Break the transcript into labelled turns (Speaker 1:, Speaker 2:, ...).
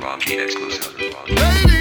Speaker 1: Rob G exclusive. Rob G.
Speaker 2: Ladies.